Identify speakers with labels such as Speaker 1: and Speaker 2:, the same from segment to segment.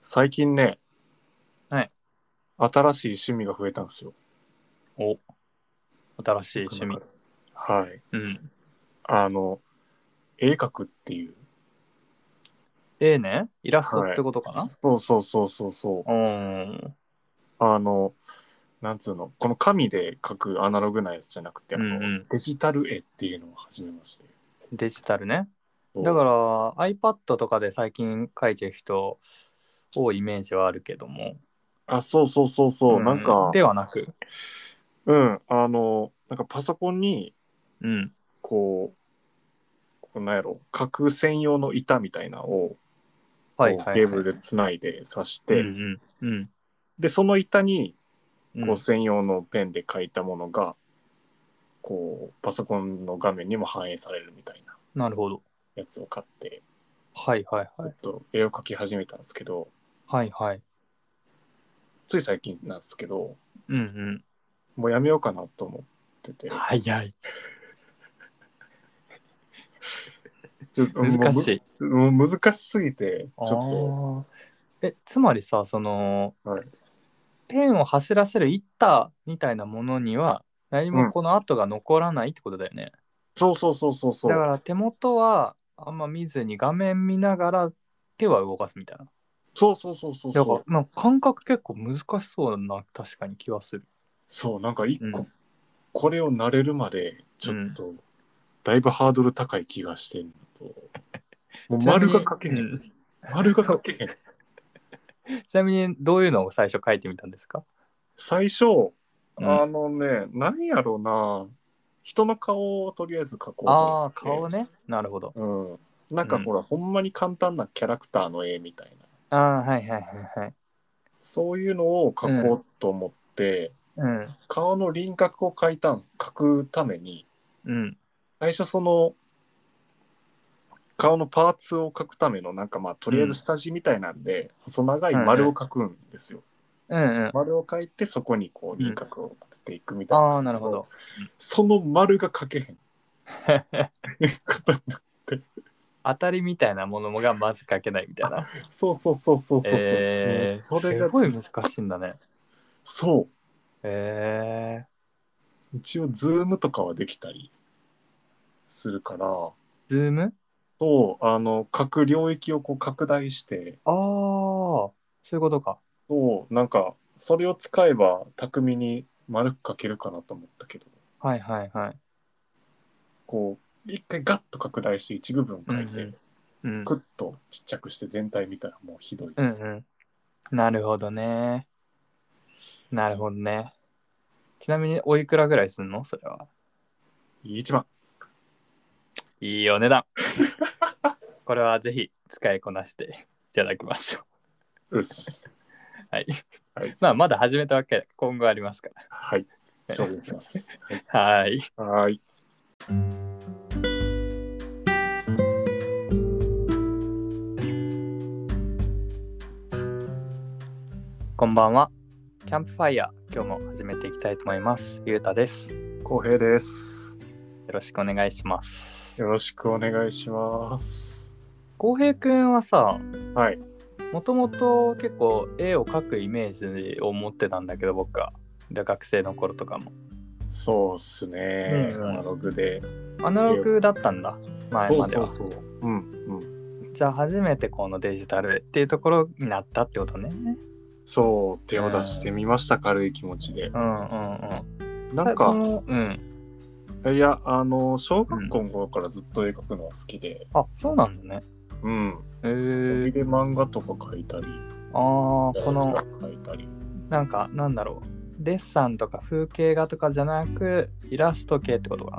Speaker 1: 最近ね、
Speaker 2: はい
Speaker 1: 新しい趣味が増えたんですよ。
Speaker 2: お、新しい趣味。
Speaker 1: はい。
Speaker 2: うん。
Speaker 1: あの、絵描くっていう。
Speaker 2: ええね、イラストってことかな、
Speaker 1: そうそうそうそうそう。
Speaker 2: うーん。
Speaker 1: あの、なんつうの、この紙で描くアナログなやつじゃなくて、あの
Speaker 2: うんうん
Speaker 1: デジタル絵っていうのを始めまして。
Speaker 2: デジタルね。
Speaker 1: そう
Speaker 2: だから iPad とかで最近描いてる人多いイメージはあるけども。
Speaker 1: あ、そうそうそうそう。
Speaker 2: ん
Speaker 1: なんか、
Speaker 2: ではなく。
Speaker 1: うん、あの、なんかパソコンに、
Speaker 2: うん。
Speaker 1: こう、こうなんやろ、描く専用の板みたいなのを、
Speaker 2: はい
Speaker 1: こ
Speaker 2: は
Speaker 1: う
Speaker 2: い、
Speaker 1: ケ
Speaker 2: はい。
Speaker 1: ーブルでつないで刺して、
Speaker 2: うんうん。うん
Speaker 1: でその板に
Speaker 2: うん。
Speaker 1: こう専用のペンで書いたものが、こうパソコンの画面にも反映されるみたいな
Speaker 2: なるほど。
Speaker 1: やつを買って
Speaker 2: はいは
Speaker 1: ち
Speaker 2: い
Speaker 1: ょ
Speaker 2: はい
Speaker 1: っ。と絵を描き始めたんですけど
Speaker 2: はいはい。
Speaker 1: つい最近なんですけど
Speaker 2: うん
Speaker 1: もうやめようかなと思ってて
Speaker 2: うん。早い。
Speaker 1: ちょ
Speaker 2: 難しい。
Speaker 1: もうむもう難しすぎてちょ
Speaker 2: ょっと。え、つまりさ、その、
Speaker 1: はい
Speaker 2: ペンを走らせる板みたいなものには、何もこの跡が残らないってことだよね。
Speaker 1: っとそうそうそうそうそ
Speaker 2: だか
Speaker 1: う
Speaker 2: ら手元はあんま見ずに画面見ながら手は動かすみたいな。
Speaker 1: そうそうそうそう
Speaker 2: だ
Speaker 1: そ
Speaker 2: から
Speaker 1: う
Speaker 2: なんか感覚結構難しそうな確かに気はする。
Speaker 1: そうなんか一個、
Speaker 2: うん
Speaker 1: これを慣れるまでちょっと、だいぶハードル高い気がしてる のともう丸が描けへん、
Speaker 2: うん
Speaker 1: 丸が描けへん
Speaker 2: ちなみにどういうのを最初書いてみたんですか
Speaker 1: 最初、
Speaker 2: うん
Speaker 1: あのね、なんやろうな、人の顔をとりあえず描こうと
Speaker 2: あ
Speaker 1: 思
Speaker 2: あ
Speaker 1: って。
Speaker 2: ー、顔ね。なるほど。
Speaker 1: うん。なんかほら、ほんまに簡単なキャラクターの絵みたいな、
Speaker 2: ああ、はいはいはいはい。
Speaker 1: そういうのを描こうと思って、
Speaker 2: うん。
Speaker 1: 顔の輪郭を描いたんす、描くために、
Speaker 2: うん。
Speaker 1: 最初その、顔のパーツを描くための、なんかまあ、とりあえず下地みたいなんで、細長い丸を描くんですよ。
Speaker 2: うんうん。
Speaker 1: 丸を描いて、そこにこう輪郭を当てていくみたいな。
Speaker 2: ああ、なるほど。
Speaker 1: その丸が描けへ ん。
Speaker 2: 当たりみたいなものがまず書けないみたいな。
Speaker 1: そうそうそうそうそうそう。
Speaker 2: えー
Speaker 1: それが
Speaker 2: すごい難しいんだね。
Speaker 1: そ
Speaker 2: え
Speaker 1: う一応ズームとかはできたりするから
Speaker 2: ー、ズーム
Speaker 1: そうあの各領域をこう拡大して
Speaker 2: ああ、そういうことか。
Speaker 1: そうなんかそれを使えば巧みに丸く描けるかなと思ったけど
Speaker 2: はいはいはい。
Speaker 1: こう一回ガッと拡大して一部分描いて、
Speaker 2: うんうんうん。
Speaker 1: クッとちっちゃくして全体見たらもうひどい、
Speaker 2: うんうん。なるほどね。なるほどね。ちなみにおいくらぐらいすんのそれは。
Speaker 1: 一番
Speaker 2: いいお値段。 これはぜひ使いこなしていただきましょ
Speaker 1: うっす
Speaker 2: う。はい。
Speaker 1: はい
Speaker 2: まあまだ始めたわけで今後ありますか
Speaker 1: はい勝負しますはい
Speaker 2: ら。はい。
Speaker 1: はい
Speaker 2: こんばんは。キャンプファイヤー、今日も始めていきたいと思います。ゆうたです。よ
Speaker 1: 浩平です
Speaker 2: ろしくお願いします。
Speaker 1: よろしくお願いします
Speaker 2: 浩平くんはさ
Speaker 1: はい
Speaker 2: もともと結構絵を描くイメージを持ってたんだけど僕はで学生の頃とかも
Speaker 1: そうっすね、
Speaker 2: うんうん
Speaker 1: アナログで。
Speaker 2: アナログだったんだ前
Speaker 1: そう
Speaker 2: まで
Speaker 1: そ
Speaker 2: は
Speaker 1: うそう。うんうん。
Speaker 2: じゃあ初めてこのデジタルっていうところになったってことね
Speaker 1: そう、手を出してみました、軽い気持ちで。
Speaker 2: うんうんうん
Speaker 1: なん
Speaker 2: そ
Speaker 1: か、
Speaker 2: のうん
Speaker 1: いや、あの、小学校の頃からずっと絵描くのは好きで、
Speaker 2: あそうなんだね
Speaker 1: うん。
Speaker 2: へえ
Speaker 1: それで漫画とか描いたり、
Speaker 2: ああ
Speaker 1: キャ
Speaker 2: こ
Speaker 1: ラ
Speaker 2: の
Speaker 1: クター描いたり。
Speaker 2: なんかなんだろうデッサンとか風景画とかじゃなくイラスト系ってことか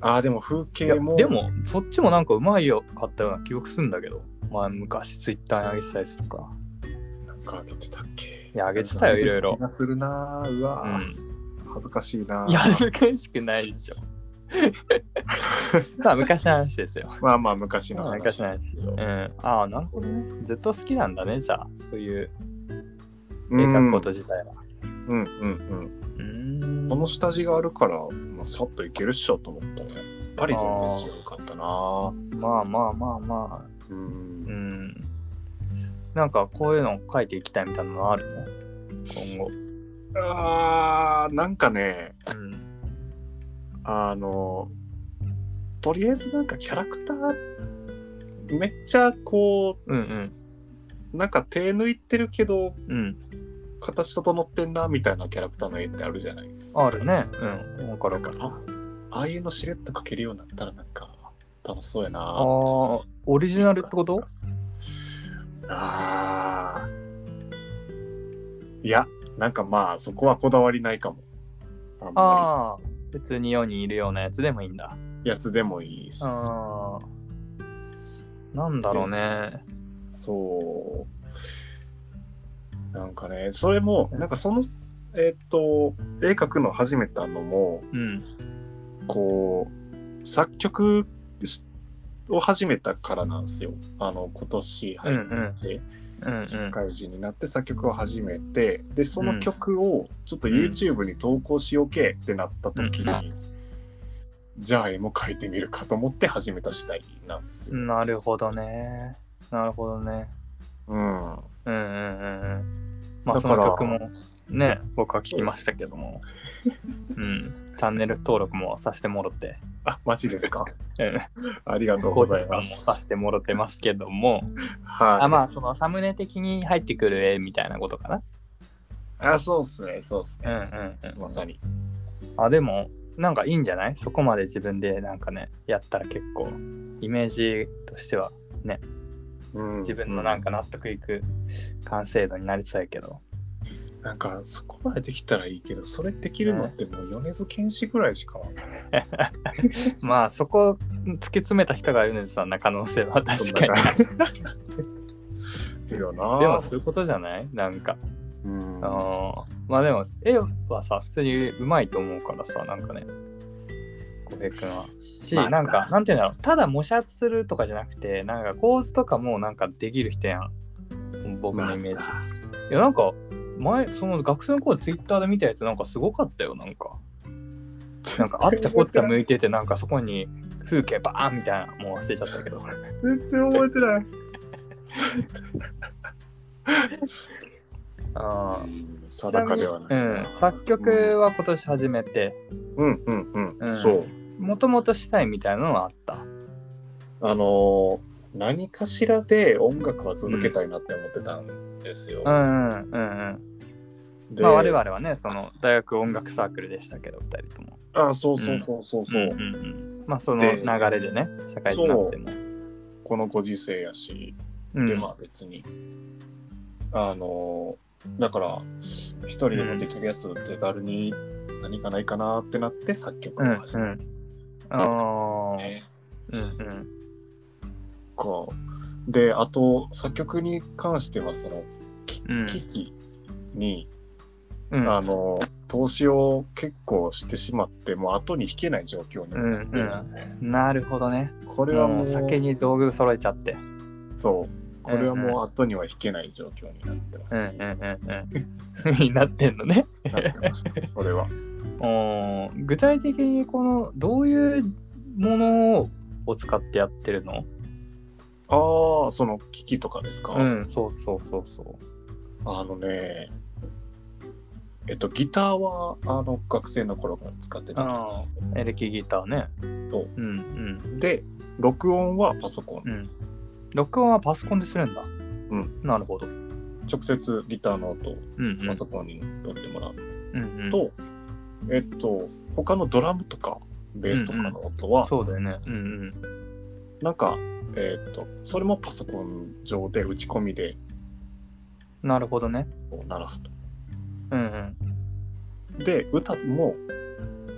Speaker 2: な
Speaker 1: ああ、でも風景も。
Speaker 2: でもそっちもなんかうまいよ買ったような記憶するんだけど前昔ツイッターに上げてたやつとか
Speaker 1: なんかあげてたっけ
Speaker 2: いやあげてたよいろいろ
Speaker 1: 気がするなぁうわ
Speaker 2: う
Speaker 1: ぁ、
Speaker 2: ん
Speaker 1: 恥ずかしいない
Speaker 2: や
Speaker 1: ぁ
Speaker 2: 恥ずかしくないでしょまあ昔の話ですよ
Speaker 1: まあまあ、昔の話。
Speaker 2: 昔の話
Speaker 1: う
Speaker 2: うんんああなるほどねずっと好きなんだねじゃあそういう絵
Speaker 1: う
Speaker 2: 描く
Speaker 1: ん
Speaker 2: こと自体は
Speaker 1: うんうん。
Speaker 2: うーん
Speaker 1: この下地があるから、まあ、さっといけるっしょと思ったね。やっぱり全然違うかったなぁ
Speaker 2: まあまあまあまあ
Speaker 1: う、
Speaker 2: うんんなんかこういうのを書いていきたいみたいなのあるの今後。
Speaker 1: あーなんかね
Speaker 2: うん。
Speaker 1: あのとりあえずなんかキャラクターめっちゃこ
Speaker 2: うん
Speaker 1: うなんか手抜いてるけど
Speaker 2: うん。うん。
Speaker 1: 形整ってんなみたいなキャラクターの絵ってあるじゃないですか。
Speaker 2: あるね。うん。わかる
Speaker 1: だか
Speaker 2: わかる。
Speaker 1: らあああいうのしれっと描けるようになったらなんか楽しそうや
Speaker 2: ああ
Speaker 1: な。
Speaker 2: ー、オリジナルってこと
Speaker 1: あーいやなんかまあそこはこだわりないかも。あんま
Speaker 2: ああ、普通に世にいるようなやつでもいいんだ。
Speaker 1: りやつでもいいし。
Speaker 2: ああ。なんだろうね。
Speaker 1: そう。なんかね、それも、なんかその、えっ、と、絵描くの始めたのも、
Speaker 2: うん。
Speaker 1: こう、作曲しを始めたからなんですよ。あの、今年入って、
Speaker 2: うんうん。
Speaker 1: 社会人になって作曲を始めて、で、そ
Speaker 2: うん
Speaker 1: の曲をちょっと YouTube に投稿しようけってなった時に、じゃあ絵も描いてみるかと思って始めた次第なんですよ。
Speaker 2: なるほどね。なるほどね。
Speaker 1: うん。
Speaker 2: うんうんうんうん。まあ
Speaker 1: だ
Speaker 2: そ
Speaker 1: から
Speaker 2: の曲もね、僕は聞きましたけども。うん。チャンネル登録もさせてもろて。
Speaker 1: あ、マジです か。
Speaker 2: うん。
Speaker 1: ありがとうございま
Speaker 2: 高評
Speaker 1: す
Speaker 2: 価もさ。 せてもろてますけども。あ
Speaker 1: はい。
Speaker 2: まあそのサムネ的に入ってくる絵みたいなことかな。
Speaker 1: あ、そうっすね、そうっす
Speaker 2: う
Speaker 1: ね。
Speaker 2: んうんうん。
Speaker 1: まさに。
Speaker 2: あでもなんかいいんじゃないそこまで自分でなんかねやったら結構イメージとしては
Speaker 1: うん
Speaker 2: 自分のなんか納得いく完成度になりそうやけ ど、
Speaker 1: なんか、そこまでできたらいいけど、それできるのってもう米津玄師ぐらいしかわかんない。
Speaker 2: まあそこ突き詰めた人が米津さんな可能性は確かにある
Speaker 1: いいよな。
Speaker 2: でもそういうことじゃないなんか、
Speaker 1: うん
Speaker 2: あのまあでも絵はさ普通にうまいと思うからさなんかね小平君はし、
Speaker 1: まあ
Speaker 2: なんかなんていうんだろうただ模写するとかじゃなくてなんか構図とかもなんかできる人やん僕のイメージ、いやなんか前その学生の頃ツイッターで見たやつなんかすごかったよなんか なんかあっちゃこっちゃ向いててなんかそこに風景バーンみたいなもう忘れちゃったけど
Speaker 1: 全然覚えてない。
Speaker 2: あー
Speaker 1: 定かでは
Speaker 2: ち
Speaker 1: ない。
Speaker 2: なみにうん、作曲は今年始めて
Speaker 1: うんうん
Speaker 2: う
Speaker 1: うんん。そう。
Speaker 2: もともとしたいみたいなのはあった
Speaker 1: あのー、何かしらで音楽は続けたいなって思ってたんですよ。
Speaker 2: うんうんうんうん
Speaker 1: で
Speaker 2: まあ我々はねその大学音楽サークルでしたけど2人とも
Speaker 1: あ、そうそうそうそうそう。
Speaker 2: んんうんまあその流れでね社会人になっても
Speaker 1: このご時世やし。
Speaker 2: うん
Speaker 1: でまあ別に、あのだから一人でもできるやつを手軽に何かないかなってなって作曲
Speaker 2: うんう
Speaker 1: を始め
Speaker 2: んああ
Speaker 1: たね。
Speaker 2: うんうん
Speaker 1: こうであと作曲に関してはその
Speaker 2: うん
Speaker 1: 機器に、
Speaker 2: うん
Speaker 1: あの投資を結構してしまってもう後に引けない状況になってるので、
Speaker 2: なるほどね。
Speaker 1: こ
Speaker 2: こ
Speaker 1: れはもう
Speaker 2: 先に道具揃えちゃって。
Speaker 1: そうこれはもう後には引けない状況になってま
Speaker 2: うん
Speaker 1: す。
Speaker 2: うんうんうん。になってんのね。
Speaker 1: なって ますこれは。
Speaker 2: おー具体的にこのどういうものを使ってやってるの
Speaker 1: ああその機器とかですか、
Speaker 2: うん、そうそうそうそう。
Speaker 1: あのね、えっと、ギターは、あの、学生の頃から使ってたギタ
Speaker 2: ああ、エレキギターね。
Speaker 1: そう
Speaker 2: うん
Speaker 1: ーで、録音はパソコン。
Speaker 2: うんう。ん。録音はパソコンでするんだ。うんなるほど。うん
Speaker 1: 直接ギターの音を
Speaker 2: うん。
Speaker 1: パソコンに取ってもらう
Speaker 2: うんうん、
Speaker 1: と、えっと、他のドラムとか、ベースとかの音は、
Speaker 2: そうだよね。うん
Speaker 1: なんか、えっと、それもパソコン上で打ち込みで
Speaker 2: うん。なるほどね。
Speaker 1: こう鳴らすと。
Speaker 2: うん
Speaker 1: で、歌も、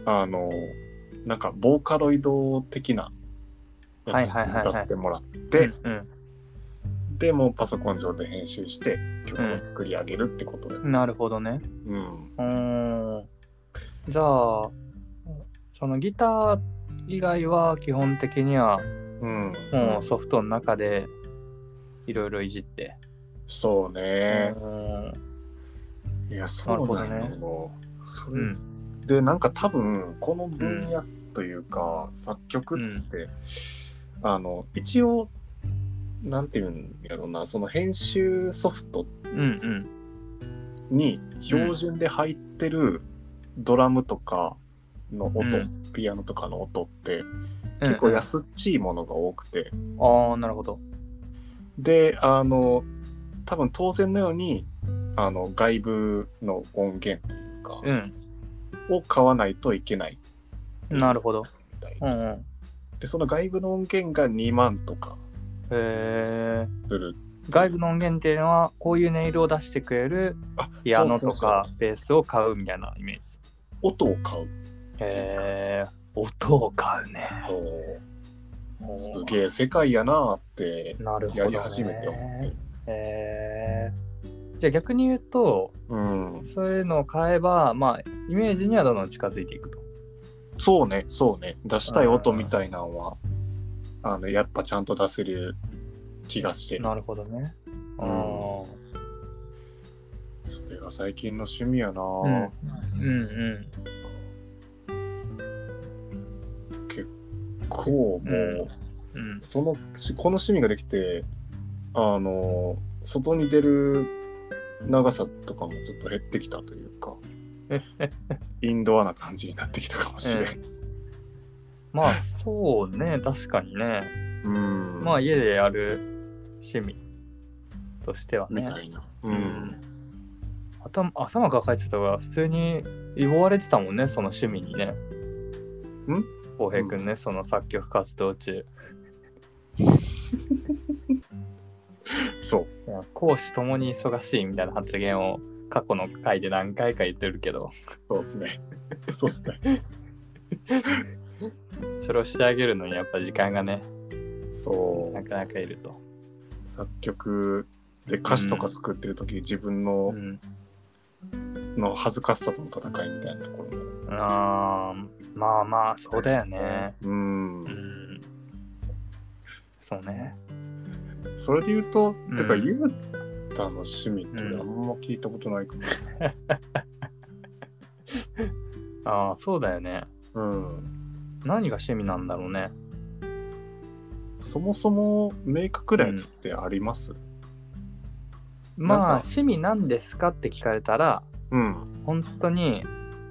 Speaker 1: あの、なんか、ボーカロイド的なやつ
Speaker 2: はいはいはいはい
Speaker 1: に歌ってもらっ
Speaker 2: うん。
Speaker 1: て、
Speaker 2: うん
Speaker 1: でもうパソコン上で編集して曲を作り上げるってことで、
Speaker 2: うん、なるほどね。
Speaker 1: うん、
Speaker 2: うーんじゃあそのギター以外は基本的には
Speaker 1: うん、
Speaker 2: もうソフトの中でいろいろいじって、
Speaker 1: そうね、
Speaker 2: う
Speaker 1: いやそうなん
Speaker 2: な
Speaker 1: よ
Speaker 2: る
Speaker 1: そ
Speaker 2: んう
Speaker 1: れ
Speaker 2: ん
Speaker 1: でなんか多分この分野というか、作曲って、あの一応なんていうんやろうな、その編集ソフト
Speaker 2: うんうん。
Speaker 1: に標準で入ってるドラムとかの音、
Speaker 2: うん
Speaker 1: ピアノとかの音って結構安っちいものが多くて、
Speaker 2: ああ、なるほど。
Speaker 1: で、あの、多分当然のように、あの、外部の音源というか、
Speaker 2: うん。
Speaker 1: を買わないといけない
Speaker 2: なるほど。
Speaker 1: みたい
Speaker 2: うんうん。
Speaker 1: で、その外部の音源が2万とか
Speaker 2: へえ。
Speaker 1: する。
Speaker 2: 外部の音源っていうのは、こういう音色を出してくれる
Speaker 1: あ
Speaker 2: ピアノ
Speaker 1: そうそうそ
Speaker 2: と
Speaker 1: う
Speaker 2: かベースを買うみたいなイメージ。
Speaker 1: 音を買う
Speaker 2: へえ。音を買うね。
Speaker 1: と、す
Speaker 2: え。
Speaker 1: げえ世界やなって、
Speaker 2: なるほ
Speaker 1: や
Speaker 2: ど、
Speaker 1: り
Speaker 2: ね。
Speaker 1: 始めて思って。
Speaker 2: へえ。じゃあ逆に言うと、
Speaker 1: うん。
Speaker 2: そういうのを買えば、まあ、イメージにはどんどん近づいていくと。
Speaker 1: そうね、そうね。出したい音みたいなのは、あの、やっぱちゃんと出せる気がして、
Speaker 2: なるほどね。
Speaker 1: う
Speaker 2: うんん。
Speaker 1: それが最近の趣味やな、
Speaker 2: うんうん
Speaker 1: 結構もう、
Speaker 2: うんうん。
Speaker 1: そのしこの趣味ができてあの外に出る長さとかもちょっと減ってきたという かインドアな感じになってきたかもしれん、
Speaker 2: まあ、そうね、確かにね。
Speaker 1: うん
Speaker 2: まあ、家でやる趣味としては
Speaker 1: み
Speaker 2: ね。
Speaker 1: たいな、うん、
Speaker 2: 頭頭抱えてたから普通にいぼわれてたもんねその趣味にね
Speaker 1: ん
Speaker 2: 浩平君ね、その作曲活動中
Speaker 1: そう
Speaker 2: いや講師ともに忙しいみたいな発言を過去の回で何回か言ってるけど
Speaker 1: そうっすねそうっすね
Speaker 2: それを仕上げるのにやっぱ時間がね
Speaker 1: そ
Speaker 2: な
Speaker 1: う
Speaker 2: かなかいると、
Speaker 1: 作曲で歌詞とか作ってる時、自分
Speaker 2: う
Speaker 1: の
Speaker 2: ん、
Speaker 1: の恥ずかしさとの戦いみたいなところも
Speaker 2: あーまあまあそうだよね
Speaker 1: うん、
Speaker 2: うんそうね
Speaker 1: それで言うと、
Speaker 2: うん
Speaker 1: てか、ゆうたの趣味って俺あんま聞いたことないかもしれない。
Speaker 2: ああそうだよね
Speaker 1: うん。
Speaker 2: 何が趣味なんだろうね
Speaker 1: そもそも明確なやつってありますなんか
Speaker 2: まあ趣味なんですかって聞かれたら
Speaker 1: うん。
Speaker 2: 本当に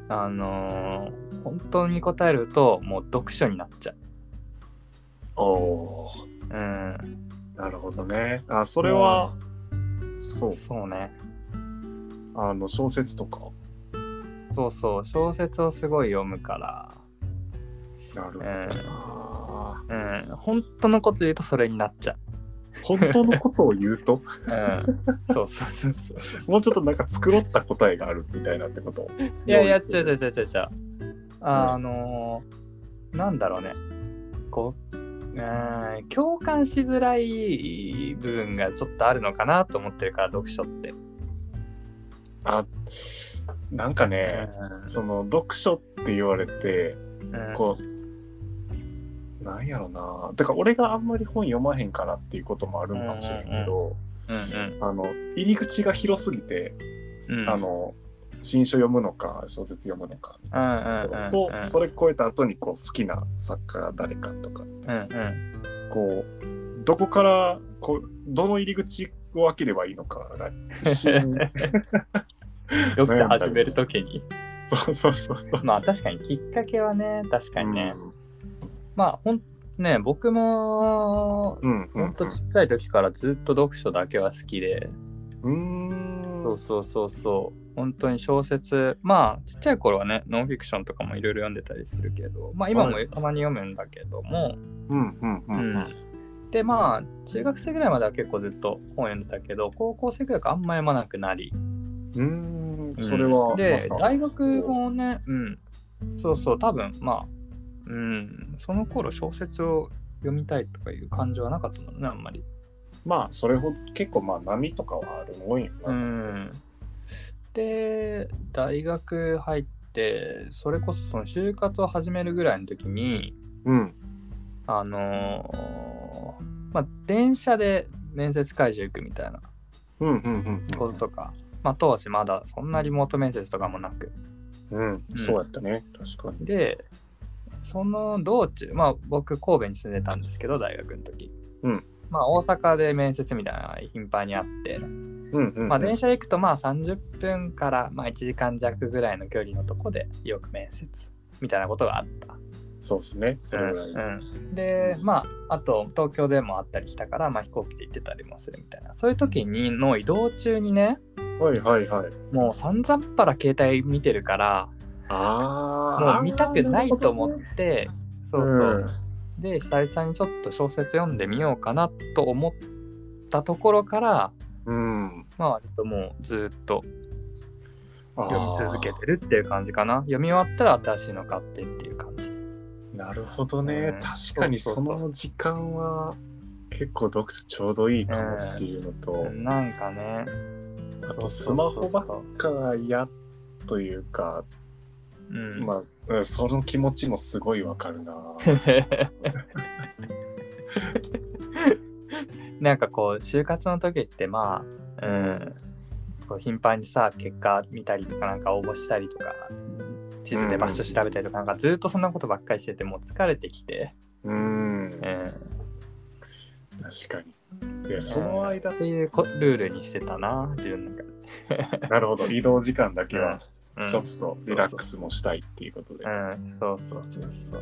Speaker 2: あのー本当に答えるともう読書になっちゃう。
Speaker 1: おお
Speaker 2: うん、
Speaker 1: ーなるほどね。あ、それは、そう。
Speaker 2: そうね。
Speaker 1: あの、小説とか。
Speaker 2: そうそう、小説をすごい読むか
Speaker 1: なるほどな。
Speaker 2: ら、うん、本当のこと言うとそれになっちゃう。
Speaker 1: 本当のことを言うと、
Speaker 2: うん、そうそうそうそう。
Speaker 1: もうちょっとなんか作ろった答えがあるみたいなってこと。
Speaker 2: いやいや、
Speaker 1: 用
Speaker 2: 違
Speaker 1: 意する
Speaker 2: う違う違う違う違う。あのーなんだろうね。こう、うん、共感しづらい部分がちょっとあるのかなと思ってるから、読書って。
Speaker 1: あ、なんかね、その、読書って言われて、
Speaker 2: うん
Speaker 1: こう、なんやろな。だから俺があんまり本読まへんからっていうこともあるんかもしれんけど、
Speaker 2: うんうん
Speaker 1: あの、入り口が広すぎて、
Speaker 2: うん
Speaker 1: あの、新書読むのか、小説読むのかみた
Speaker 2: う
Speaker 1: いな
Speaker 2: んうんうんうん。
Speaker 1: と、それ超えた後にこう好きな作家が誰かとか、
Speaker 2: うんうん。
Speaker 1: こう、どこから、こう、どの入り口を開ければいいのかが一瞬
Speaker 2: 読書始めるときに。
Speaker 1: そうそうそうそう。
Speaker 2: まあ確かにきっかけはね、確かにね。
Speaker 1: うん
Speaker 2: まあほん、ね、僕も、
Speaker 1: うんう
Speaker 2: ほ
Speaker 1: ん
Speaker 2: んとちっちゃい時からずっと読書だけは好きで、
Speaker 1: うん。
Speaker 2: そううそうそうそう、本当に小説、まあちっちゃい頃はね、ノンフィクションとかもいろいろ読んでたりするけど、まあ今も
Speaker 1: はい
Speaker 2: たまに読むんだけども、
Speaker 1: ーん。うんうんうん。
Speaker 2: うんでまあ中学生ぐらいまでは結構ずっと本読んでたけど高校生ぐらいからあんま読まなくなり
Speaker 1: うん。うーんそれは、
Speaker 2: で
Speaker 1: また
Speaker 2: 大学もねうんそうそう多分まあうんその頃小説を読みたいとかいう感情はなかったのねあんまり
Speaker 1: まあそれほど結構まあ波とかはあるもんよ
Speaker 2: う
Speaker 1: な。
Speaker 2: んで大学入ってそれこそその就活を始めるぐらいの時に
Speaker 1: うん。
Speaker 2: あのーまあ電車で面接会場行くみたいな
Speaker 1: うんうんうんう
Speaker 2: こととか、まあ当時まだそんなリモート面接とかもなく
Speaker 1: ん。うん。そうやったね。確かに。
Speaker 2: でその道中まあ僕神戸に住んでたんですけど大学の時、
Speaker 1: うん
Speaker 2: まあ、大阪で面接みたいなのが頻繁にあって、
Speaker 1: うんうん。
Speaker 2: まあ、電車で行くとまあ30分からまあ1時間弱ぐらいの距離のとこでよく面接みたいなことがあった。
Speaker 1: そうですね。それぐらい。
Speaker 2: うんうんでまああと東京でもあったりしたから、まあ、飛行機で行ってたりもするみたいなそういう時にの移動中にね
Speaker 1: はいはいはい。
Speaker 2: もうさんざっぱら携帯見てるから
Speaker 1: ああ。
Speaker 2: もう見たくないと思って、そううそう、
Speaker 1: ん。
Speaker 2: で久々にちょっと小説読んでみようかなと思ったところから
Speaker 1: うん。
Speaker 2: まあ割ともうずっと
Speaker 1: 読
Speaker 2: 読み続けてるっていう感じかな読み終わったら新しいの買ってっていう感じ
Speaker 1: なるほどね
Speaker 2: う。ん
Speaker 1: 確かに
Speaker 2: そう
Speaker 1: そ
Speaker 2: そうそう
Speaker 1: の時間は結構読書ちょうどいいかもっていうのと、
Speaker 2: なんかね
Speaker 1: あとス
Speaker 2: そう
Speaker 1: マ
Speaker 2: そうそ
Speaker 1: ホ
Speaker 2: う
Speaker 1: ばっかやというか、
Speaker 2: うん
Speaker 1: まあうん、その気持ちもすごいわかるな。
Speaker 2: なんかこう就活の時ってまあ、うん、こう頻繁にさ結果見たりとかなんか応募したりとか地図で場所調べたりとかなんかずっとそんなことばっかりしててもう疲れてきて、
Speaker 1: うん。
Speaker 2: うん、
Speaker 1: 確かに。で、その間、
Speaker 2: っていうこルールにしてたな自分の中で、
Speaker 1: なるほ ど、移動時間だけは
Speaker 2: うん、
Speaker 1: ちょっとリラックスもしたいっていうことで。
Speaker 2: うんそうそうそうそう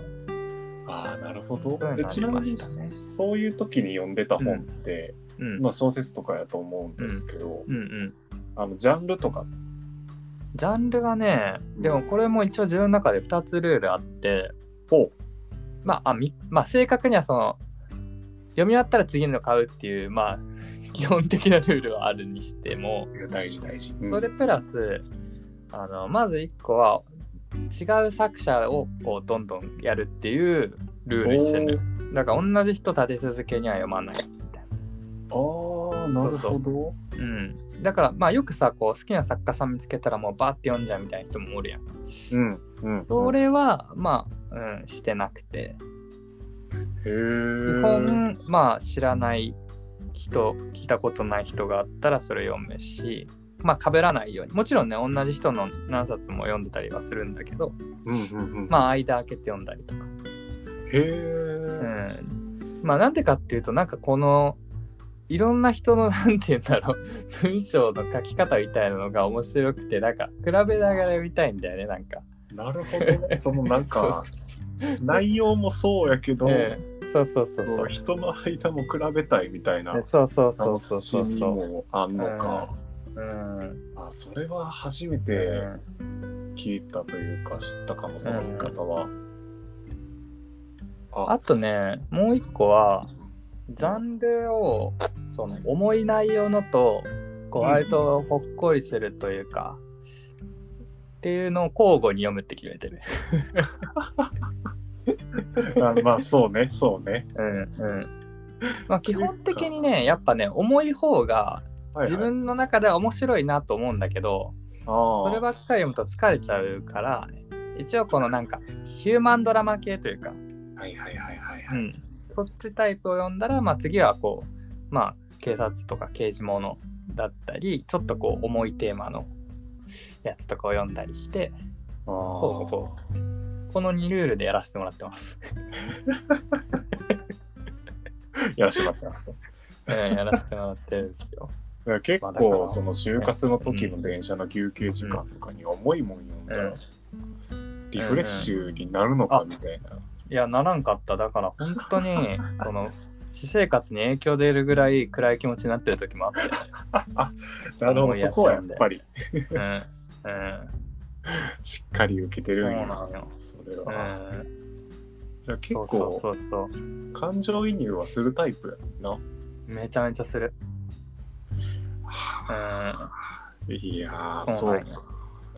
Speaker 1: ああ、なるほど
Speaker 2: そういうのあ。り
Speaker 1: で
Speaker 2: まし
Speaker 1: ち
Speaker 2: た
Speaker 1: な
Speaker 2: ね
Speaker 1: みに、そういう時に読んでた本って、
Speaker 2: うん、
Speaker 1: まあ小説とかやと思うんですけど、
Speaker 2: うんうん
Speaker 1: あのジャンルとか、
Speaker 2: ジャンルはねでもこれも一応自分の中で2つルールあって、
Speaker 1: ほ
Speaker 2: まあ、あみまあ、正確にはその読み終わったら次の買うっていう、まあ、 基本的なルールはあるにしても
Speaker 1: う、いや大事大事。うん
Speaker 2: それプラスあのまず1個は違う作者をこうどんどんやるっていうルールにしてるだから同じ人立て続けには読まないみたいな、
Speaker 1: おーああ、なるほど。
Speaker 2: うん、だからまあよくさこう好きな作家さん見つけたらもうバーって読んじゃうみたいな人もおるやん
Speaker 1: うん。うん。
Speaker 2: それはまあ、うん、してなくて
Speaker 1: へ
Speaker 2: 基
Speaker 1: え。
Speaker 2: 本まあ知らない人聞いたことない人があったらそれ読むしまあかぶらないようにもちろんね同じ人の何冊も読んでたりはするんだけど
Speaker 1: うんうんうん。
Speaker 2: まあ間開けて読んだりとか、
Speaker 1: へ
Speaker 2: う
Speaker 1: え。
Speaker 2: ん、まあなんでかっていうとなんかこのいろんな人の なんて言うんだろう文章の書き方みたいなのが面白くてなんか比べながら読みたいんだよねなんか
Speaker 1: なるほどね。そのなんか、
Speaker 2: そう
Speaker 1: 内容もそうやけど、
Speaker 2: えそうそうそう
Speaker 1: そ
Speaker 2: そうう
Speaker 1: 人の間も比べたいみたいな
Speaker 2: そうそうそう
Speaker 1: 楽
Speaker 2: そう
Speaker 1: し
Speaker 2: そう
Speaker 1: み
Speaker 2: そう
Speaker 1: もあんのか。
Speaker 2: うん
Speaker 1: あそれは初めて聞いたというか知ったかもその言い方は。あ
Speaker 2: あとね、もう一個は、ジャンルをその重い内容のと、こう
Speaker 1: うん
Speaker 2: 割とほっこりするというか、っていうのを交互に読むって決めてる。
Speaker 1: あまあそうねそうね。
Speaker 2: うんうん。まあ基本的にね、やっぱね、重い方が
Speaker 1: はいはい
Speaker 2: 自分の中では面白いなと思うんだけど、
Speaker 1: あ
Speaker 2: そればっかり読むと疲れちゃうから、一応このなんかヒューマンドラマ系というか、
Speaker 1: あはいはいはいはいは
Speaker 2: う
Speaker 1: い。
Speaker 2: ん、そっちタイプを読んだら、まあ、次はこう、まあ、警察とか刑事ものだったりちょっとこう重いテーマのやつとかを読んだりして
Speaker 1: あ
Speaker 2: ほうほ
Speaker 1: あ
Speaker 2: この2ルールでやらせてもらってます。
Speaker 1: やらせてもらってますと。
Speaker 2: うん、やらせてもらってるんですよ。
Speaker 1: だから結
Speaker 2: まあだか
Speaker 1: 構
Speaker 2: ら
Speaker 1: その就活の時の電車の休憩時間とかに重いもん読んだらリフレッシュになるのかみたいな。
Speaker 2: いやならんかっただから本当にその私生活に影響出るぐらい暗い気持ちになってる時もあって、
Speaker 1: なるほどそこはやっぱり
Speaker 2: うんうん
Speaker 1: しっかり受けてるんや
Speaker 2: そ
Speaker 1: な
Speaker 2: うなのよ
Speaker 1: それ
Speaker 2: う
Speaker 1: は。
Speaker 2: ん、
Speaker 1: じゃあ結
Speaker 2: そう
Speaker 1: 構
Speaker 2: そうそうそう
Speaker 1: 感情移入はするタイプやな。
Speaker 2: めちゃめちゃする。うん
Speaker 1: いやー
Speaker 2: そ
Speaker 1: そ
Speaker 2: うな
Speaker 1: うん
Speaker 2: や
Speaker 1: か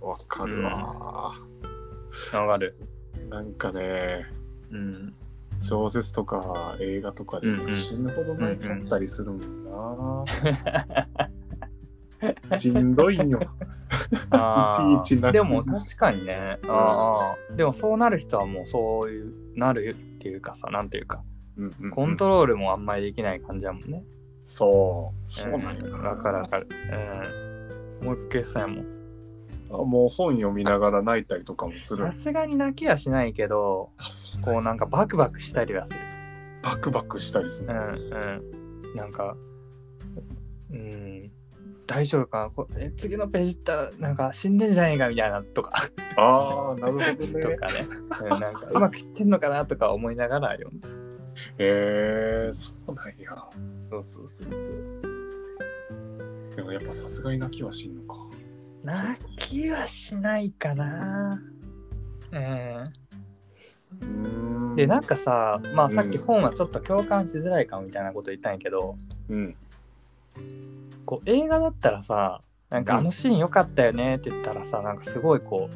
Speaker 1: わかるわ、
Speaker 2: わかる。
Speaker 1: なんかね
Speaker 2: うん
Speaker 1: 小説とか映画とかでね
Speaker 2: うんうん
Speaker 1: 死ぬほど泣いちゃったりするもんな、しんどい んよ
Speaker 2: あ
Speaker 1: い
Speaker 2: ー
Speaker 1: ちいち泣く
Speaker 2: でも確かにねあーでもそうなる人はもうそういうなるっていうかさなんていうか
Speaker 1: うんうんうん
Speaker 2: コントロールもあんまりできない感じやもんね
Speaker 1: そうそうなんよ
Speaker 2: うん
Speaker 1: な
Speaker 2: わかるわかるうんもう一回さやもん
Speaker 1: あもう本読みながら泣いたりとかもする
Speaker 2: さすがに泣きはしないけど
Speaker 1: あそう
Speaker 2: こうなんかバクバクしたりはする
Speaker 1: バクバクしたりす
Speaker 2: う
Speaker 1: る、
Speaker 2: んなんか、うん、大丈夫かなこえ次のページ行ったら、なんか死んでんじゃねえかみたいなとか、
Speaker 1: ああ、なるほど
Speaker 2: と
Speaker 1: ね。
Speaker 2: かね、うんなんかうまくいってんのかなとか思いながら読んで。
Speaker 1: へえー、そうなんや。
Speaker 2: そうそうそうそう。
Speaker 1: でもやっぱさすがに泣きはしんのか。
Speaker 2: 泣きはしないかな。うん。
Speaker 1: うーん
Speaker 2: でなん、かさ、まあ、さっき
Speaker 1: うん
Speaker 2: 本はちょっと共感しづらいかもみたいなこと言ったんやけど、
Speaker 1: うん。
Speaker 2: こう映画だったらさなんか
Speaker 1: うん
Speaker 2: あのシーン良かったよねって言ったらさなんかすごいこ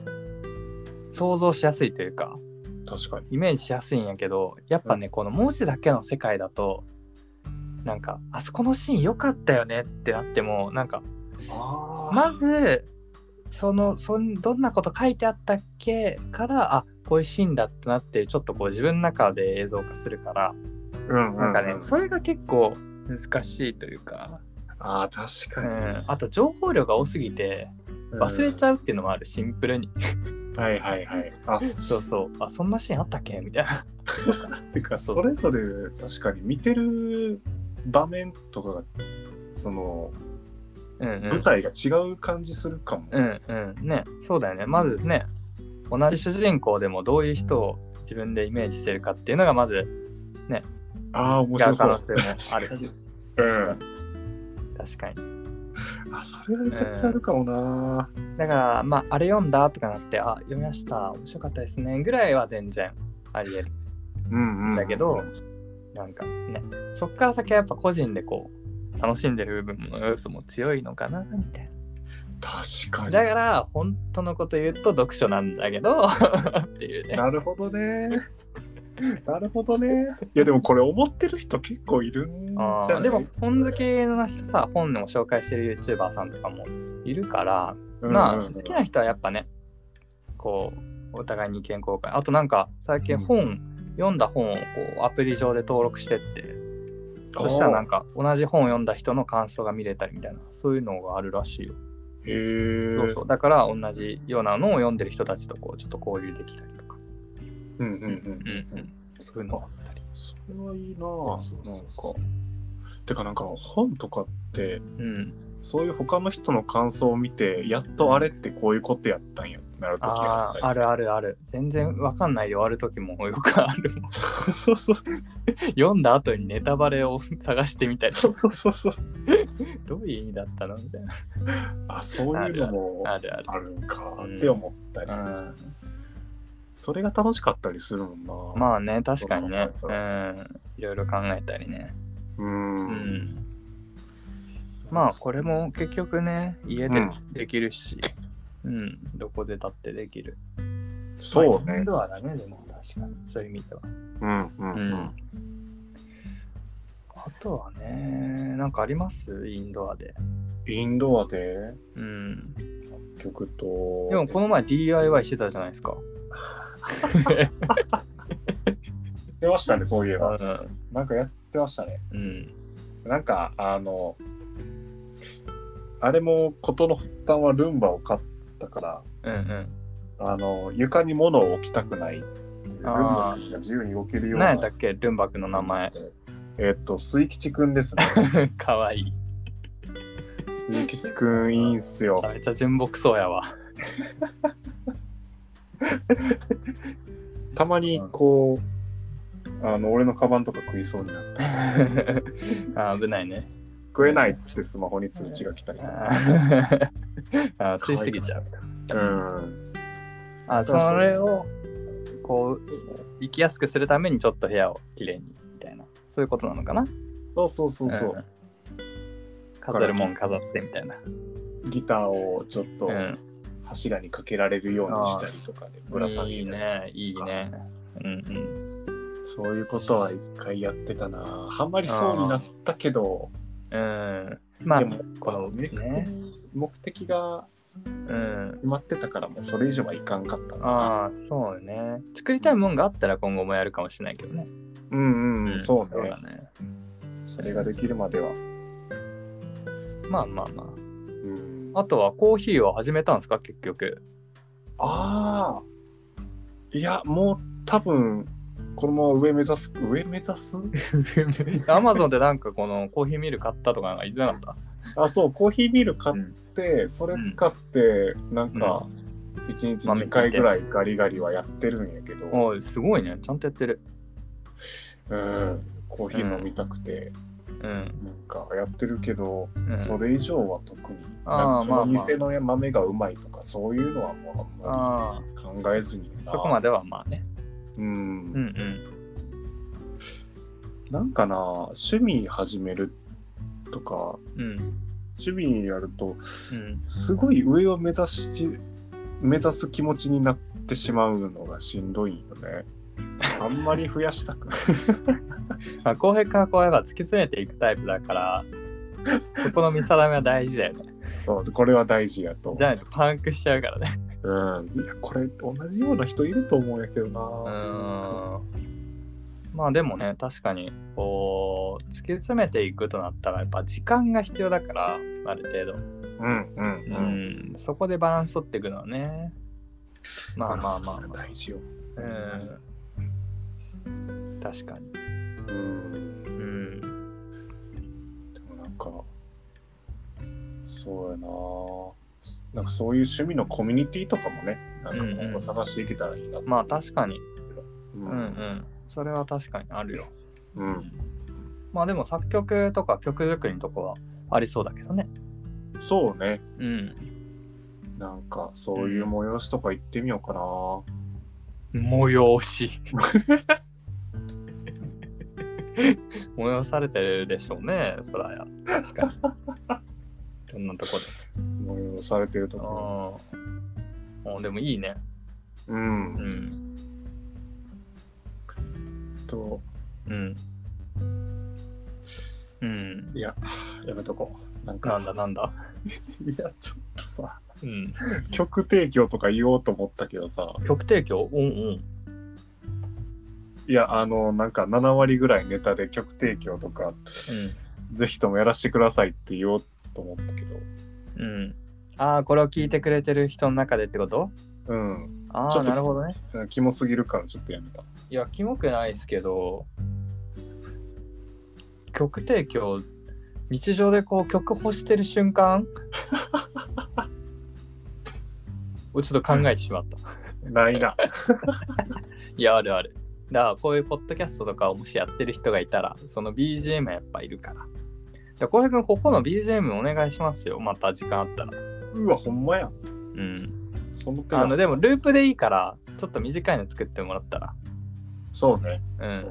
Speaker 2: う想像しやすいというか
Speaker 1: 確かに。
Speaker 2: イメージしやすいんやけどやっぱねこの文字だけの世界だとなんかあそこのシーン良かったよねってなってもなんか
Speaker 1: あ
Speaker 2: まずそのそんどんなこと書いてあったっけからあこういうシーンだってなってちょっとこう自分の中で映像化するから
Speaker 1: うん、
Speaker 2: なんかね、
Speaker 1: う
Speaker 2: それが結構難しいというか、
Speaker 1: ああ、確
Speaker 2: う
Speaker 1: かに。
Speaker 2: ん、あと情報量が多すぎて忘れちゃうっていうのもある、シンプル に
Speaker 1: うん。はいはいはい。あ、
Speaker 2: そうそうあそんなシーンあったっけみたいな
Speaker 1: てか、
Speaker 2: そう
Speaker 1: それぞれ確かに見てる場面とかが、その、
Speaker 2: うんうん
Speaker 1: 舞台が違う感じするかも。
Speaker 2: うんうんねそうだよねまずね同じ主人公でもどういう人を自分でイメージしてるかっていうのがまず
Speaker 1: ああ、面
Speaker 2: 違
Speaker 1: 白
Speaker 2: う可
Speaker 1: そ
Speaker 2: 能
Speaker 1: う。
Speaker 2: 性もあるし
Speaker 1: う
Speaker 2: 確かに
Speaker 1: ん。あ、それはめちゃくちゃあるかもな。
Speaker 2: だからまああれ読んだとかなってあ読みました面白かったですねぐらいは全然ありえる
Speaker 1: うんうん。
Speaker 2: だけどなんかね、そっから先はやっぱ個人でこう、楽しんでる部分の要素も強いのかな、みたい
Speaker 1: 確か
Speaker 2: な。
Speaker 1: に。
Speaker 2: だから、本当のこと言うと読書なんだけど、 っていうね。
Speaker 1: なるほどね。なるほどね。いやでもこれ思ってる人結構いるんじ
Speaker 2: あ
Speaker 1: ゃな
Speaker 2: ー
Speaker 1: い
Speaker 2: でも、本好きの人さ、本を紹介してる YouTuber さんとかもいるから、
Speaker 1: うん
Speaker 2: まあ、好きな
Speaker 1: 人。
Speaker 2: 人はやっぱね、こう、お互いに意見交換。あとなんか、最近本、読んだ本をこうアプリ上で登録してって、そしたらなんか、同じ本を読んだ人の感想が見れたりみたいな、そういうのがあるらしいよ。
Speaker 1: へえ。
Speaker 2: そうそうだから同じようなのを読んでる人たちとこうちょっと交流できたりとか、
Speaker 1: うんうんうん。
Speaker 2: うんうん、そういうのがあったり。
Speaker 1: それはいいな
Speaker 2: そう
Speaker 1: ぁ。
Speaker 2: そう
Speaker 1: な
Speaker 2: そ
Speaker 1: んか。てかなんか本とかって、
Speaker 2: うん、
Speaker 1: そういう他の人の感想を見て、やっとあれってこういうことやったんやってなる時があ
Speaker 2: あ
Speaker 1: った
Speaker 2: ああ
Speaker 1: りす
Speaker 2: るあるある全然わかんないで終わる時もよくあるもん
Speaker 1: る。そう そうそう。
Speaker 2: 読んだ後にネタバレを探してみたり
Speaker 1: そうそうそうそう。
Speaker 2: どういう意味だったのみたいな
Speaker 1: あ、そういうのも
Speaker 2: あるある
Speaker 1: あるんか
Speaker 2: うん
Speaker 1: って思ったり
Speaker 2: う。ん
Speaker 1: それが楽しかったりするもんなぁ。
Speaker 2: まあね確かにね
Speaker 1: そううそうん
Speaker 2: いろいろ考えたりね
Speaker 1: う。
Speaker 2: うんんまあこれも結局ね家でできるしうん、どこでだってできる
Speaker 1: そう
Speaker 2: まあイ
Speaker 1: ね
Speaker 2: ン。ドアだねでも確かにそういう意味では
Speaker 1: うんうんう
Speaker 2: うん
Speaker 1: ん。
Speaker 2: あとはね、なんかありますインドアで。
Speaker 1: インドアで
Speaker 2: うん。で
Speaker 1: 曲と。
Speaker 2: もこの前 DIY してたじゃないですか。
Speaker 1: やってましたね、そういえば。
Speaker 2: うん。
Speaker 1: なんかやってましたね。
Speaker 2: うん。
Speaker 1: なんか、あの、あれも事の発端はルンバを買ったから、
Speaker 2: うん
Speaker 1: あの、床に物を置きたくない。ルン
Speaker 2: あ
Speaker 1: バが自由に動ける
Speaker 2: う
Speaker 1: よ
Speaker 2: ん。
Speaker 1: う
Speaker 2: 何や
Speaker 1: な。
Speaker 2: ったっけルンバ君の名前。。
Speaker 1: えっと、水吉くんです ね。
Speaker 2: かわいい。
Speaker 1: 水吉くんいいんすよ。
Speaker 2: めっちゃ純朴そうやわ。
Speaker 1: たまに、こう、あの、俺のカバンとか食いそうになって、
Speaker 2: あ危ないね。
Speaker 1: 食えないっつってスマホに通知が来たりとかさ
Speaker 2: ああ吸いすぎちゃう。
Speaker 1: うん。
Speaker 2: あそれを、こう、生きやすくするためにちょっと部屋をきれいに、みたいな。そういうことなのかな
Speaker 1: そうそうそうそう。
Speaker 2: うん飾るもん飾ってみたいな。
Speaker 1: ギターをちょっと
Speaker 2: うん。
Speaker 1: 柱にかけられるようにしたりとかで、ぶら下げ
Speaker 2: いい
Speaker 1: る
Speaker 2: ね、いいね。うんうん。
Speaker 1: そういうことは一回やってたなハマりそうになったけど
Speaker 2: うん。まあ
Speaker 1: でも、
Speaker 2: この
Speaker 1: 明確
Speaker 2: ね。
Speaker 1: に目的が
Speaker 2: うん。
Speaker 1: 決まってたからもうそれ以上はいかんかったな
Speaker 2: ああ、そうね。作りたいもんがあったら今後もやるかもしれないけどね。
Speaker 1: うんうん、そうね
Speaker 2: だね。
Speaker 1: それができるまでは、
Speaker 2: まあまあま
Speaker 1: うん、
Speaker 2: あ。あとはコーヒーを始めたんですか、結局。
Speaker 1: ああいやもう多分このまま上目指す、上目指す
Speaker 2: アマゾンでなんかこのコーヒーミル買ったとかなんか言ってなかった
Speaker 1: あ、そう、コーヒービール買って、それ使って、なんか、1日2回ぐらいガリガリはやってるんやけど、うん、
Speaker 2: おいすごいねちゃんとやってる
Speaker 1: コーヒー飲みたくて、
Speaker 2: うん
Speaker 1: なんかやってるけど、
Speaker 2: ん
Speaker 1: それ以上は特に、
Speaker 2: あー
Speaker 1: なんかこの店の豆がうまいとか、そういうのはもうあ
Speaker 2: あ
Speaker 1: んまり考えずに
Speaker 2: あ
Speaker 1: な。
Speaker 2: そこまではまあね
Speaker 1: うん
Speaker 2: うんうん
Speaker 1: なんかな、趣味始めるとか、
Speaker 2: うん
Speaker 1: 趣味やると、
Speaker 2: うん
Speaker 1: すごい上を目指し、目指す気持ちになってしまうのがしんどいよね。あんまり増やしたくない。
Speaker 2: まあ、浩平君はこうやっぱ突き詰めていくタイプだから、そこの見定めは大事だよね。
Speaker 1: そうこれは大事やと思
Speaker 2: じゃないとパンクしちゃうからね。
Speaker 1: う。うん。いや、これ同じような人いると思うんやけど
Speaker 2: う
Speaker 1: な。
Speaker 2: ーん。まあでもね、確かに、こう、突き詰めていくとなったら、やっぱ時間が必要だから、ある程度。
Speaker 1: うん、うん、うん。
Speaker 2: うん。そこでバランス取っていくのはね。まあまあまあ
Speaker 1: バランス
Speaker 2: ま
Speaker 1: が
Speaker 2: あ。
Speaker 1: 大事よ。
Speaker 2: うん。確かに。
Speaker 1: うん。で
Speaker 2: うん。
Speaker 1: もなんか、そうやな。なんかそういう趣味のコミュニティとかもね、なんか今後探していけたらいいなと
Speaker 2: まあ確かに。
Speaker 1: う
Speaker 2: うんう。ん。それは確かにあるよ。
Speaker 1: うん。
Speaker 2: まあでも作曲とか曲作りのとこはありそうだけどね。
Speaker 1: そうね。
Speaker 2: うん。
Speaker 1: なんか、そういう催しとか行ってみようかな。
Speaker 2: 催し。催されてるでしょうね、そらや。確かに。いろんなとこ
Speaker 1: 催されてると
Speaker 2: で。
Speaker 1: こ
Speaker 2: ああ。でもいいね。
Speaker 1: う。
Speaker 2: うんん。
Speaker 1: と、
Speaker 2: うん。うん。
Speaker 1: いや、やめとこう。なん
Speaker 2: な
Speaker 1: か
Speaker 2: ん、だなんだ。
Speaker 1: いや、ちょっとさ、
Speaker 2: うん。
Speaker 1: 曲提供とか言おうと思ったけどさ、
Speaker 2: 曲提供うんうん。
Speaker 1: いや、あの、なんか7割ぐらいネタで曲提供とか、ぜひともやらせてくださいって言おうと思ったけど、
Speaker 2: うん。うん。ああ、これを聞いてくれてる人の中でってこと
Speaker 1: うん。ちょ
Speaker 2: ああ、
Speaker 1: っと
Speaker 2: なるほどね。
Speaker 1: キモすぎるからちょっとやめた。
Speaker 2: いや、キモくないですけど、曲提供、日常でこう曲欲してる瞬間をちょっと考えてしまった。
Speaker 1: ないな。
Speaker 2: いや、あるある。だから、こういうポッドキャストとかをもしやってる人がいたら、その BGM やっぱいるから。じゃあ、浩平君、ここの BGM お願いしますよ。また時間あったら。
Speaker 1: うわ、ほんまや。
Speaker 2: うん。
Speaker 1: その手が
Speaker 2: あの、でも、ループでいいから、ちょっと短いの作ってもらったら。
Speaker 1: そうね。
Speaker 2: う
Speaker 1: そ
Speaker 2: ん。
Speaker 1: うね。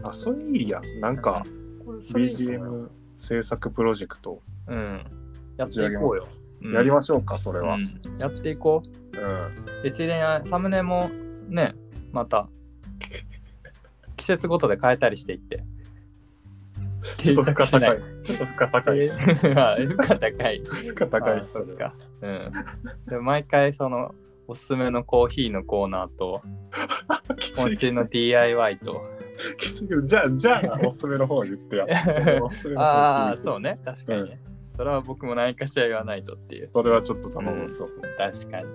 Speaker 2: うん。
Speaker 1: あ、それいいやん。なんか、
Speaker 2: これそれいいと思うよ
Speaker 1: BGM 制作プロジェクト
Speaker 2: うん。やっていこうよ。
Speaker 1: やりま
Speaker 2: し
Speaker 1: しょうか、それは。
Speaker 2: やっていこ
Speaker 1: うん。
Speaker 2: う。で、ついでにサムネもね、また季節ごとで変えたりしていって。
Speaker 1: ちょっと負荷高いで
Speaker 2: 検
Speaker 1: す。ちょっと負荷高い です。
Speaker 2: 索しない。あ負荷高い。
Speaker 1: 負荷高い
Speaker 2: あ
Speaker 1: で
Speaker 2: そ
Speaker 1: す。
Speaker 2: っか。うん。で、毎回その、おすすめのコーヒーのコーナーと、
Speaker 1: きつ
Speaker 2: 今
Speaker 1: い
Speaker 2: 週
Speaker 1: けど
Speaker 2: の DIY と。
Speaker 1: きついけどじゃあ、じゃあ、おすすめの方言ってや。 おすすめの方言って
Speaker 2: ああ、そうね。確かにね。それは僕も何かしら言わないとっていう。
Speaker 1: それはちょっと頼むそう。
Speaker 2: 確かに。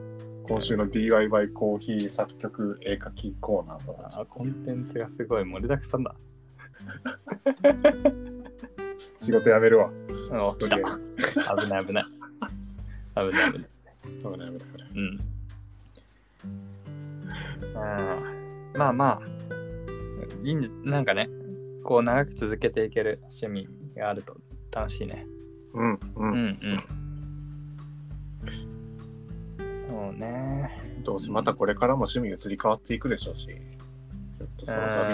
Speaker 1: 今週の DIY コーヒー作曲絵描きコーナーと
Speaker 2: あ
Speaker 1: か
Speaker 2: ーコンテンツがすごい盛りだくさんだ。
Speaker 1: 仕事辞めるわ。
Speaker 2: うん、
Speaker 1: と
Speaker 2: 来
Speaker 1: り
Speaker 2: た
Speaker 1: あえ。ず。
Speaker 2: 危ない危ない。危ない危ない。
Speaker 1: そうねそうね
Speaker 2: うん。うんまあまあ、いいんじなんかね、こう長く続けていける趣味があると楽しいね。
Speaker 1: うん、う
Speaker 2: うん
Speaker 1: ん。
Speaker 2: うん。そうね。
Speaker 1: どうせまたこれからも趣味が移り変わっていくでしょうし。ちょっと
Speaker 2: う
Speaker 1: その度に。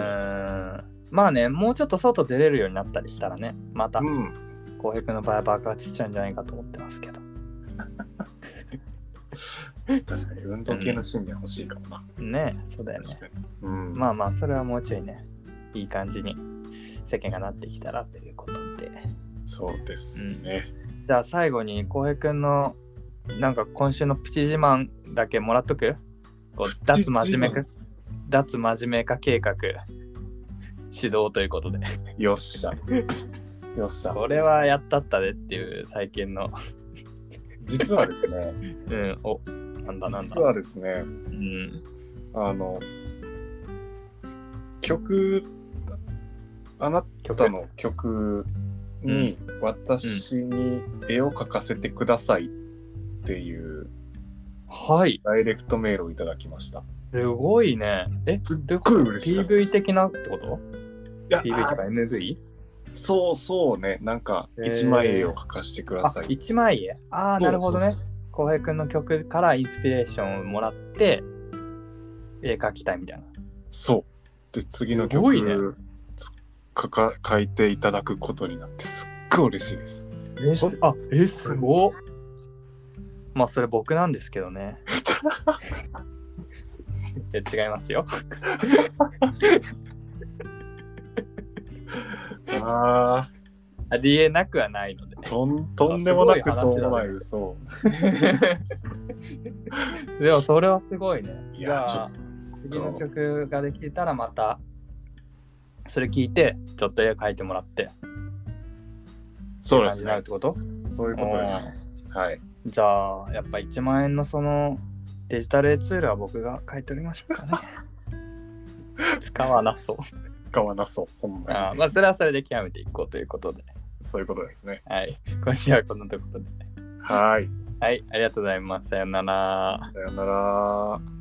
Speaker 2: ん。まあね、もうちょっと外出れるようになったりしたらね、また
Speaker 1: うん。
Speaker 2: 浩平君の場合は爆発しちゃうんじゃないかと思ってますけど。
Speaker 1: 確かに運動系の趣味は欲しいかもな。
Speaker 2: ねえ、そうだよね
Speaker 1: 確。かに。うん。
Speaker 2: まあまあ、それはもうちょいね、いい感じに世間がなってきたらということで。
Speaker 1: そうですね。
Speaker 2: じゃあ最後に浩平くんのなんか今週のプチ自慢だけもらっとくこう
Speaker 1: プチ
Speaker 2: 脱
Speaker 1: 自慢
Speaker 2: 真面目か脱真面目化計画指導ということで
Speaker 1: よっしゃ。よっしゃ。
Speaker 2: これはやったったでっていう最近の
Speaker 1: 実はです ね、
Speaker 2: うんおなんだなんだ
Speaker 1: 実はですね、
Speaker 2: うん
Speaker 1: あの、曲、あなたの曲に、私に絵を描かせてくださいっていう
Speaker 2: はい。
Speaker 1: ダイレクトメールをいただきました。
Speaker 2: すごいね。え、
Speaker 1: すっ
Speaker 2: どういうこ
Speaker 1: ごい
Speaker 2: と
Speaker 1: 嬉しかった
Speaker 2: ?PV 的なってこと
Speaker 1: いや
Speaker 2: ?PV とか MV?
Speaker 1: そうそうね、なんか
Speaker 2: へー
Speaker 1: 一枚絵を描かせてくだ
Speaker 2: あ
Speaker 1: さ、い。
Speaker 2: 一枚絵。ああ、なるほどね
Speaker 1: そう。そうそう
Speaker 2: 浩平君の曲からインスピレーションをもらって、絵描きたいみたいな。
Speaker 1: そう。で、次の
Speaker 2: すごいね
Speaker 1: 曲、つかか書いていただくことになって、すっごい嬉しいです。
Speaker 2: え
Speaker 1: ほん
Speaker 2: すあ、え、すごっ。まあ、それ僕なんですけ どね。いや違いますよ。
Speaker 1: あ
Speaker 2: ありえなくはないので。
Speaker 1: あ、とんとんでもなく
Speaker 2: あす
Speaker 1: そ
Speaker 2: ご
Speaker 1: う
Speaker 2: い話だね
Speaker 1: もない嘘。
Speaker 2: でも、それはすごいね。
Speaker 1: い
Speaker 2: じ
Speaker 1: や
Speaker 2: ゃ
Speaker 1: ちょ
Speaker 2: あ、次の曲ができたらまた、それ聞いて、ちょっと絵描いてもらって、
Speaker 1: そうで
Speaker 2: 感じ
Speaker 1: す
Speaker 2: になるっ
Speaker 1: ね。
Speaker 2: てこと
Speaker 1: そういうことですね。はい。
Speaker 2: じゃあ、やっぱ1万円のそのデジタルツールは僕が買い取りましょう かね。使わなそう。
Speaker 1: 使わなそう。ほんま
Speaker 2: あーまあ、それはそれで極めていこうということで。
Speaker 1: に。そういうことですね。
Speaker 2: はい。今週はこんなところで。
Speaker 1: はい。
Speaker 2: はい。ありがとうございます。さよなら。
Speaker 1: さよなら。